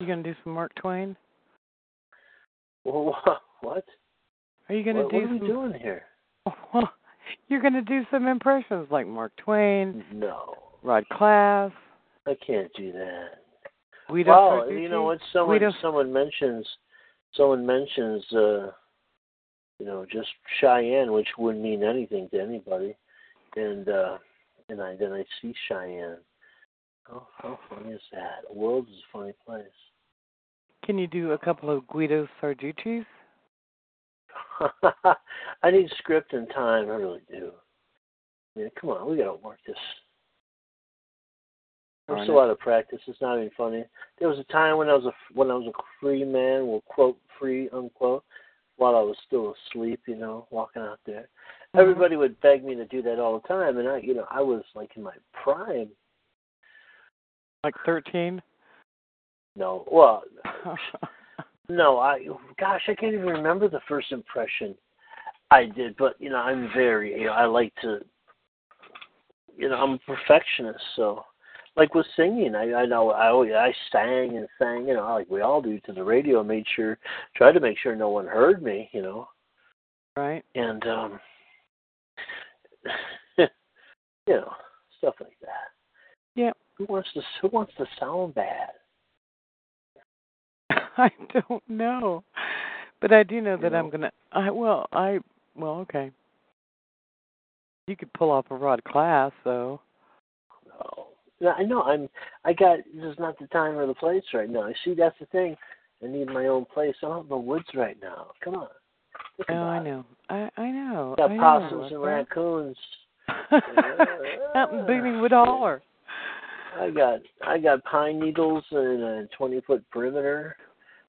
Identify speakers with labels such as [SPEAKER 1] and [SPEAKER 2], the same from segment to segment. [SPEAKER 1] You gonna do some Mark Twain?
[SPEAKER 2] Well, what?
[SPEAKER 1] Are you gonna
[SPEAKER 2] what,
[SPEAKER 1] do
[SPEAKER 2] what are we
[SPEAKER 1] some?
[SPEAKER 2] doing here?
[SPEAKER 1] You're gonna do some impressions like Mark Twain,
[SPEAKER 2] No,
[SPEAKER 1] Rod Class.
[SPEAKER 2] I can't do that.
[SPEAKER 1] We don't.
[SPEAKER 2] well, you know what? Someone
[SPEAKER 1] Guido-
[SPEAKER 2] someone mentions someone mentions uh you know just Cheyenne, which wouldn't mean anything to anybody, and uh and I then I see Cheyenne. How how funny is that? The world is a funny place.
[SPEAKER 1] Can you do a couple of Guido Sarducci's?
[SPEAKER 2] I need script and time. I really do. I mean, come on, we got to work this. There's a lot of practice. It's not even funny. There was a time when I was a when I was a free man, well, quote free unquote, while I was still asleep. You know, walking out there, everybody would beg me to do that all the time, and I, you know, I was like in my prime.
[SPEAKER 1] Like thirteen.
[SPEAKER 2] No, well, No, I gosh, I can't even remember the first impression I did, but you know, I'm very you know, I like to you know, I'm a perfectionist, so like with singing, I I know I always I sang and sang, you know, like we all do to the radio, made sure tried to make sure no one heard me, you know.
[SPEAKER 1] right.
[SPEAKER 2] And um you know, stuff like that.
[SPEAKER 1] Yep.
[SPEAKER 2] Who wants to who wants to sound bad?
[SPEAKER 1] I don't know, but I do know that
[SPEAKER 2] know?
[SPEAKER 1] I'm gonna. I well, I well, okay. You could pull off a Rod Class though.
[SPEAKER 2] Oh, No, I know. I'm. I got. This is not the time or the place right now. You See, that's the thing. I need my own place. I'm out in the woods right now. Come on. Think
[SPEAKER 1] Oh, I
[SPEAKER 2] about it.
[SPEAKER 1] know. I I know.
[SPEAKER 2] Got
[SPEAKER 1] I know,
[SPEAKER 2] possums and
[SPEAKER 1] Russell.
[SPEAKER 2] raccoons.
[SPEAKER 1] Out in Booningwood Holler.
[SPEAKER 2] I got. I got pine needles and a 20 foot perimeter.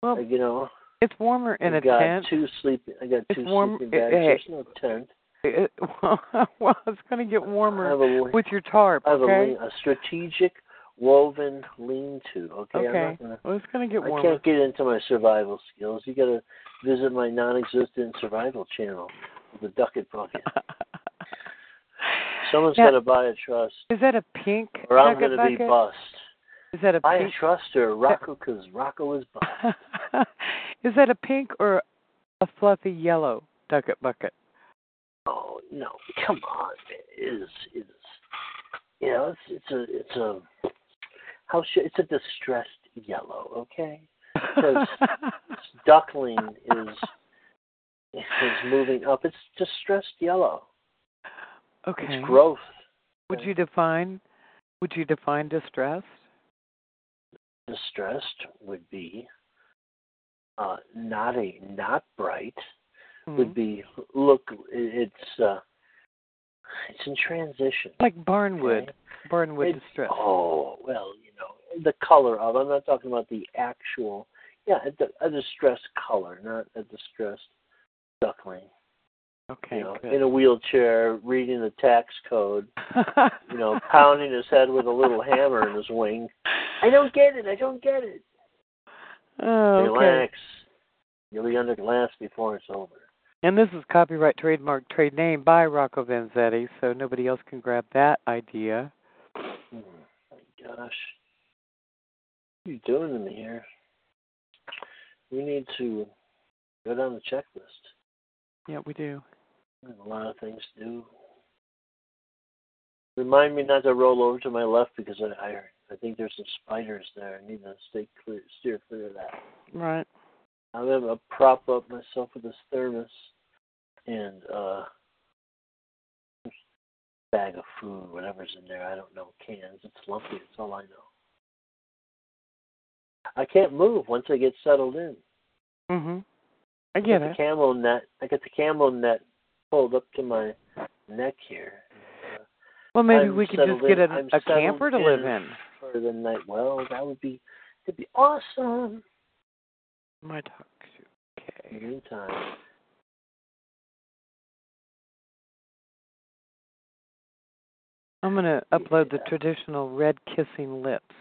[SPEAKER 1] Well,
[SPEAKER 2] Like, you know,
[SPEAKER 1] it's warmer in Oh.
[SPEAKER 2] I
[SPEAKER 1] a
[SPEAKER 2] got
[SPEAKER 1] tent.
[SPEAKER 2] two sleeping. I got
[SPEAKER 1] It's
[SPEAKER 2] two
[SPEAKER 1] warm-
[SPEAKER 2] sleeping bags.
[SPEAKER 1] eh, eh.
[SPEAKER 2] There's no tent.
[SPEAKER 1] It, well, it's going to get
[SPEAKER 2] I have
[SPEAKER 1] warmer
[SPEAKER 2] a. lean-
[SPEAKER 1] with your tarp,
[SPEAKER 2] I have a,
[SPEAKER 1] okay?
[SPEAKER 2] lean, a strategic woven lean-to. Okay. I'm
[SPEAKER 1] Okay.
[SPEAKER 2] not gonna,
[SPEAKER 1] Well, it's going to get
[SPEAKER 2] I
[SPEAKER 1] warmer.
[SPEAKER 2] can't get into my survival skills. You gotta visit my non-existent survival channel, the Ducket Bucket. Someone's
[SPEAKER 1] Now,
[SPEAKER 2] gotta buy a trust,
[SPEAKER 1] Is that a pink
[SPEAKER 2] or I'm
[SPEAKER 1] bucket
[SPEAKER 2] gonna be
[SPEAKER 1] bucket?
[SPEAKER 2] bust.
[SPEAKER 1] Is that a
[SPEAKER 2] Buy a
[SPEAKER 1] pink?
[SPEAKER 2] trust or Rocco, cause Rocco is bust.
[SPEAKER 1] Is that a pink or a fluffy yellow ducket bucket?
[SPEAKER 2] Oh no, come on, it is it is. You know, it's it's a it's a how should it's a distressed yellow, okay? Because duckling is is moving up. It's distressed yellow.
[SPEAKER 1] okay.
[SPEAKER 2] It's growth.
[SPEAKER 1] Would you define would you define distressed?
[SPEAKER 2] distressed would be uh, not a not bright would
[SPEAKER 1] Mhm.
[SPEAKER 2] be look it's uh, it's in transition.
[SPEAKER 1] like barnwood.
[SPEAKER 2] okay?
[SPEAKER 1] Barnwood
[SPEAKER 2] It's-
[SPEAKER 1] distress.
[SPEAKER 2] Oh well, you know the color of. I'm not talking about the actual. Yeah, a, di- a distressed color, not a distressed duckling.
[SPEAKER 1] Okay.
[SPEAKER 2] you know,
[SPEAKER 1] good.
[SPEAKER 2] in a wheelchair, reading the tax code. You know, pounding his head with a little hammer in his wing. I don't get it. I don't get it.
[SPEAKER 1] Oh, okay.
[SPEAKER 2] Relax. You'll be under glass before it's over.
[SPEAKER 1] And this is copyright, trademark, trade name by Rocco Vanzetti, so nobody else can grab that idea.
[SPEAKER 2] Hmm. My gosh. What are you doing to me here? We need to go down the checklist.
[SPEAKER 1] Yeah, we do.
[SPEAKER 2] I have a lot of things to do. Remind me not to roll over to my left because I I, I think there's some spiders there. I need to stay clear, steer clear of that.
[SPEAKER 1] Right.
[SPEAKER 2] I'm gonna prop up myself with this thermos and uh bag of food, whatever's in there. I don't know cans. It's lumpy. That's all I know. I can't move once I get settled in.
[SPEAKER 1] Mhm. I get
[SPEAKER 2] I got
[SPEAKER 1] it.
[SPEAKER 2] the camo net. I got the camo net pulled up to my neck here. Uh,
[SPEAKER 1] Well, maybe
[SPEAKER 2] I'm
[SPEAKER 1] we could
[SPEAKER 2] settled
[SPEAKER 1] just get
[SPEAKER 2] in.
[SPEAKER 1] a,
[SPEAKER 2] I'm
[SPEAKER 1] a
[SPEAKER 2] settled
[SPEAKER 1] camper to live in.
[SPEAKER 2] for the night. Well, that would be it'd be awesome.
[SPEAKER 1] My talk.
[SPEAKER 2] In the
[SPEAKER 1] Okay.
[SPEAKER 2] meantime,
[SPEAKER 1] I'm gonna upload the
[SPEAKER 2] Yeah.
[SPEAKER 1] traditional red kissing lips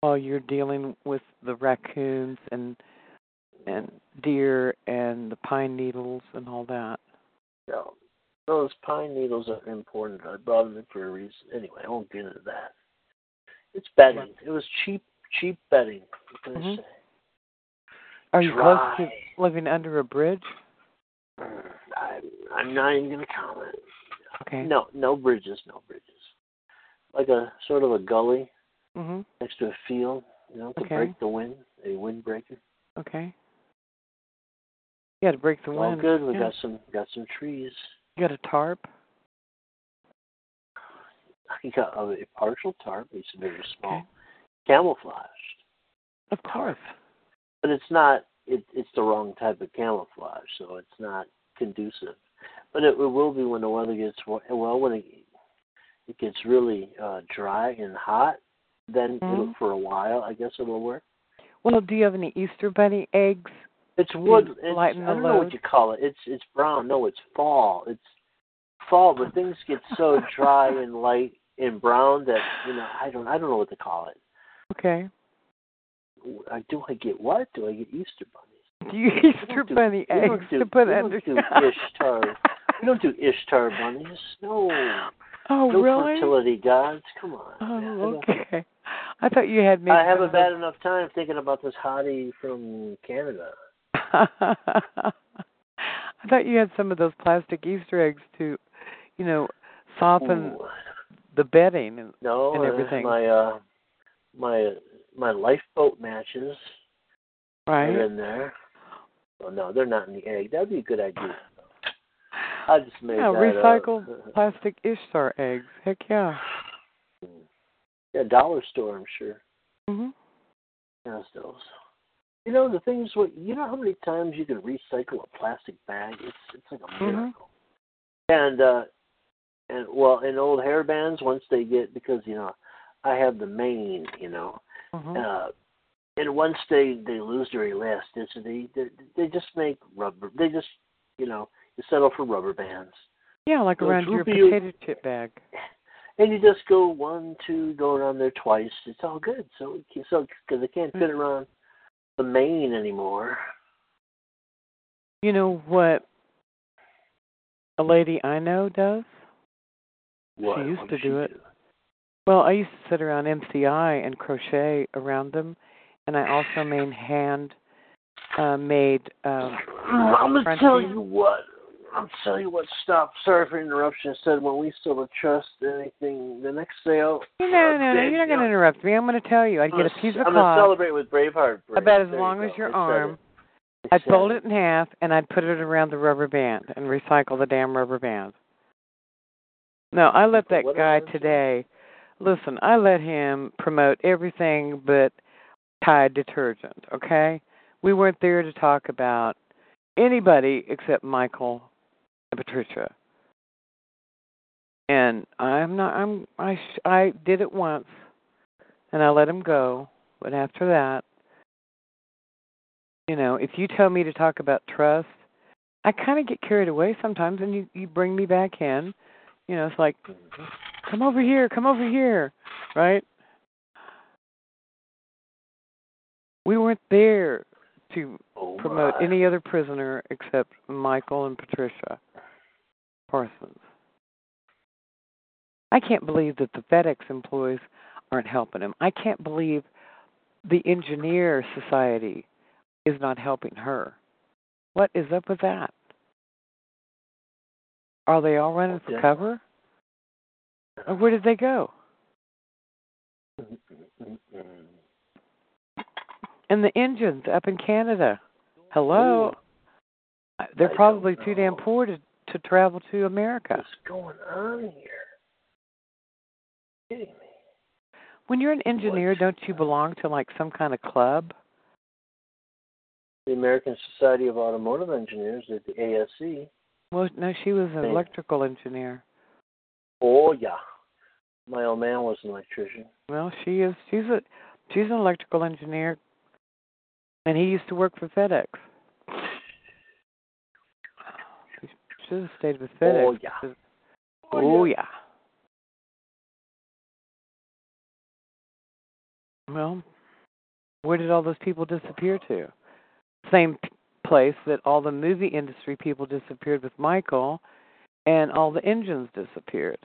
[SPEAKER 1] while you're dealing with the raccoons and and deer and the pine needles and all that.
[SPEAKER 2] no, those pine needles are important. I bought them for a reason. Anyway, I won't get into that. It's betting. It was cheap, cheap betting. What can I
[SPEAKER 1] Mhm.
[SPEAKER 2] say?
[SPEAKER 1] Are you close
[SPEAKER 2] Dry.
[SPEAKER 1] to living under a bridge?
[SPEAKER 2] I'm, I'm not even going to comment.
[SPEAKER 1] Okay.
[SPEAKER 2] No, no bridges, no bridges. Like a sort of a gully
[SPEAKER 1] Mhm.
[SPEAKER 2] next to a field, you know, to
[SPEAKER 1] Okay.
[SPEAKER 2] break the wind, a windbreaker.
[SPEAKER 1] Okay. You got to break the
[SPEAKER 2] All
[SPEAKER 1] wind.
[SPEAKER 2] good. We
[SPEAKER 1] yeah.
[SPEAKER 2] got some, got some trees.
[SPEAKER 1] You got a tarp.
[SPEAKER 2] I got a, a partial tarp. It's very small,
[SPEAKER 1] Okay.
[SPEAKER 2] camouflaged,
[SPEAKER 1] Of course.
[SPEAKER 2] but it's not. It, it's the wrong type of camouflage, so it's not conducive. But it, it will be when the weather gets wa- well. When it, it gets really uh, dry and hot, then it'll,
[SPEAKER 1] Mhm.
[SPEAKER 2] for a while, I guess it'll work.
[SPEAKER 1] Well, do you have any Easter bunny eggs?
[SPEAKER 2] It's wood.
[SPEAKER 1] you
[SPEAKER 2] It's, I
[SPEAKER 1] lighten the
[SPEAKER 2] don't know
[SPEAKER 1] load?
[SPEAKER 2] what you call it. It's it's brown. No, it's fall. It's fall, but things get so dry and light and brown that you know I don't I don't know what to call it.
[SPEAKER 1] Okay.
[SPEAKER 2] I, do I get what? Do I get Easter bunnies?
[SPEAKER 1] Do you
[SPEAKER 2] We
[SPEAKER 1] Easter
[SPEAKER 2] don't do-
[SPEAKER 1] bunny
[SPEAKER 2] we don't
[SPEAKER 1] eggs
[SPEAKER 2] do-
[SPEAKER 1] to put
[SPEAKER 2] we don't
[SPEAKER 1] under?
[SPEAKER 2] do Ishtar. We don't do Ishtar bunnies. No,
[SPEAKER 1] oh
[SPEAKER 2] no
[SPEAKER 1] really?
[SPEAKER 2] fertility gods. Come on. man.
[SPEAKER 1] Oh okay. I thought you had maybe.
[SPEAKER 2] I have a
[SPEAKER 1] one
[SPEAKER 2] bad enough time thinking about this hottie from Canada.
[SPEAKER 1] of those- I thought you had some of those plastic Easter eggs to, you know, soften
[SPEAKER 2] Ooh.
[SPEAKER 1] the bedding and
[SPEAKER 2] No,
[SPEAKER 1] and
[SPEAKER 2] uh,
[SPEAKER 1] everything.
[SPEAKER 2] My uh, my my lifeboat matches
[SPEAKER 1] right.
[SPEAKER 2] are in there. Well, no, they're not in the egg. That'd be a good idea. I just made
[SPEAKER 1] yeah,
[SPEAKER 2] that
[SPEAKER 1] recycle
[SPEAKER 2] up.
[SPEAKER 1] plastic Ishtar eggs. Heck yeah.
[SPEAKER 2] yeah, dollar store. I'm sure
[SPEAKER 1] Mhm.
[SPEAKER 2] has those. You know the thing is, what you know how many times you can recycle a plastic bag? It's it's like a
[SPEAKER 1] Mhm.
[SPEAKER 2] miracle. And uh, and well, in old hair bands, once they get because you know, I have the mane, you know,
[SPEAKER 1] Mhm.
[SPEAKER 2] uh, and once they they lose their elasticity, they, they just make rubber. They just you know you settle for rubber bands,
[SPEAKER 1] Yeah, like
[SPEAKER 2] those
[SPEAKER 1] around your
[SPEAKER 2] would be-
[SPEAKER 1] potato chip bag.
[SPEAKER 2] and you just go one two go around there twice. It's all good. So it can- so because they can't fit around the mane anymore.
[SPEAKER 1] You know what a lady I know does?
[SPEAKER 2] What,
[SPEAKER 1] used
[SPEAKER 2] what
[SPEAKER 1] to
[SPEAKER 2] does
[SPEAKER 1] do it. Well, I used to sit around MCI and crochet around them, and I also made hand uh, made. Um,
[SPEAKER 2] Mm, I'm gonna tell
[SPEAKER 1] Frontier.
[SPEAKER 2] you what. I'm tell you what. Stop. Sorry for interruption. I said when we still trust anything. The next sale.
[SPEAKER 1] no,
[SPEAKER 2] uh,
[SPEAKER 1] no, no,
[SPEAKER 2] big,
[SPEAKER 1] you're not going to
[SPEAKER 2] you know,
[SPEAKER 1] interrupt me. I'm going to tell you. I'd
[SPEAKER 2] I'm
[SPEAKER 1] get a
[SPEAKER 2] gonna-
[SPEAKER 1] piece of
[SPEAKER 2] I'm gonna
[SPEAKER 1] cloth
[SPEAKER 2] celebrate with Braveheart. Brave.
[SPEAKER 1] about as
[SPEAKER 2] There you
[SPEAKER 1] long as
[SPEAKER 2] go. I
[SPEAKER 1] your
[SPEAKER 2] said
[SPEAKER 1] arm.
[SPEAKER 2] it. I
[SPEAKER 1] I'd
[SPEAKER 2] said
[SPEAKER 1] fold it in half, and I'd put it around the rubber band and recycle the damn rubber band. No, I let that
[SPEAKER 2] What
[SPEAKER 1] guy
[SPEAKER 2] else is
[SPEAKER 1] today. Listen, I let him promote everything but Tide detergent. Okay, we weren't there to talk about anybody except Michael and Patricia. And I'm not. I'm. I. Sh- I did it once, and I let him go. But after that, you know, if you tell me to talk about trust, I kind of get carried away sometimes, and you you bring me back in. You know, it's like, come over here, come over here, right? We weren't there to
[SPEAKER 2] Oh
[SPEAKER 1] promote
[SPEAKER 2] my.
[SPEAKER 1] any other prisoner except Michael and Patricia Parsons. I can't believe that the FedEx employees aren't helping him. I can't believe the engineer society is not helping her. What is up with that? Are they all running for
[SPEAKER 2] Okay.
[SPEAKER 1] cover? Or where did they go? And the engines up in Canada. Hello. They're
[SPEAKER 2] I
[SPEAKER 1] probably
[SPEAKER 2] don't
[SPEAKER 1] too damn
[SPEAKER 2] know.
[SPEAKER 1] poor to to travel to America.
[SPEAKER 2] What's going on here? Kidding me?
[SPEAKER 1] When you're an engineer, don't you belong to like some kind of club?
[SPEAKER 2] The American Society of Automotive Engineers at the ASE.
[SPEAKER 1] Well, no, she was an
[SPEAKER 2] Yeah.
[SPEAKER 1] electrical engineer.
[SPEAKER 2] Oh yeah, my old man was an electrician.
[SPEAKER 1] Well, she is. She's a she's an electrical engineer, and he used to work for FedEx. She should have stayed with FedEx.
[SPEAKER 2] Oh, yeah.
[SPEAKER 1] Should've-
[SPEAKER 2] Oh,
[SPEAKER 1] Oh yeah. Well, where did all those people disappear to? Same p- place that all the movie industry people disappeared with Michael, and all the engines disappeared.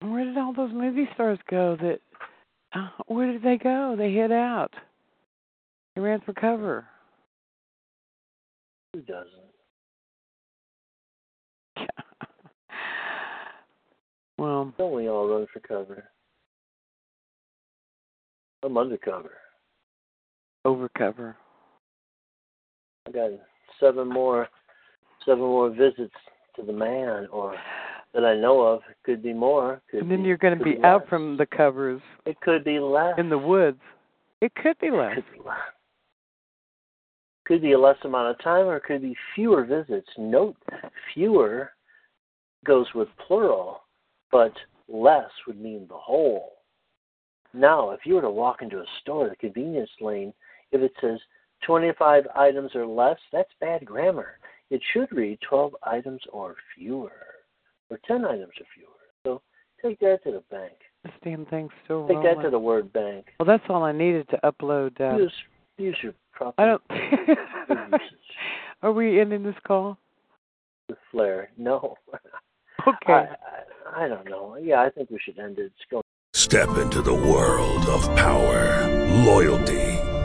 [SPEAKER 1] Where did all those movie stars go? That uh, where did they go? They hid out. They ran for cover.
[SPEAKER 2] Who doesn't?
[SPEAKER 1] well,
[SPEAKER 2] Don't we all run for cover? I'm undercover.
[SPEAKER 1] over cover.
[SPEAKER 2] I got seven more, seven more visits to the man, or that I know of. Could be more. Could
[SPEAKER 1] And then
[SPEAKER 2] be-
[SPEAKER 1] you're going to
[SPEAKER 2] could
[SPEAKER 1] be
[SPEAKER 2] less.
[SPEAKER 1] out from the covers
[SPEAKER 2] It could be less.
[SPEAKER 1] in the woods. It could be less.
[SPEAKER 2] Could be less. Could be a less amount of time, or could be fewer visits. Note, fewer goes with plural, but less would mean the whole. Now, if you were to walk into a store, the convenience lane, if it says 25 items or less, that's bad grammar. It should read 12 items or fewer, or 10 items or fewer. So take that to the bank.
[SPEAKER 1] This damn thing's still
[SPEAKER 2] Take
[SPEAKER 1] rolling.
[SPEAKER 2] that to the word bank.
[SPEAKER 1] well, that's all I needed to upload. Uh,
[SPEAKER 2] Use, use your proper
[SPEAKER 1] I don't.
[SPEAKER 2] usage.
[SPEAKER 1] Are we ending this call?
[SPEAKER 2] The flare. No.
[SPEAKER 1] Okay.
[SPEAKER 2] I, I, I don't know. Yeah, I think we should end it. It's going
[SPEAKER 3] Step into the world of power, loyalty,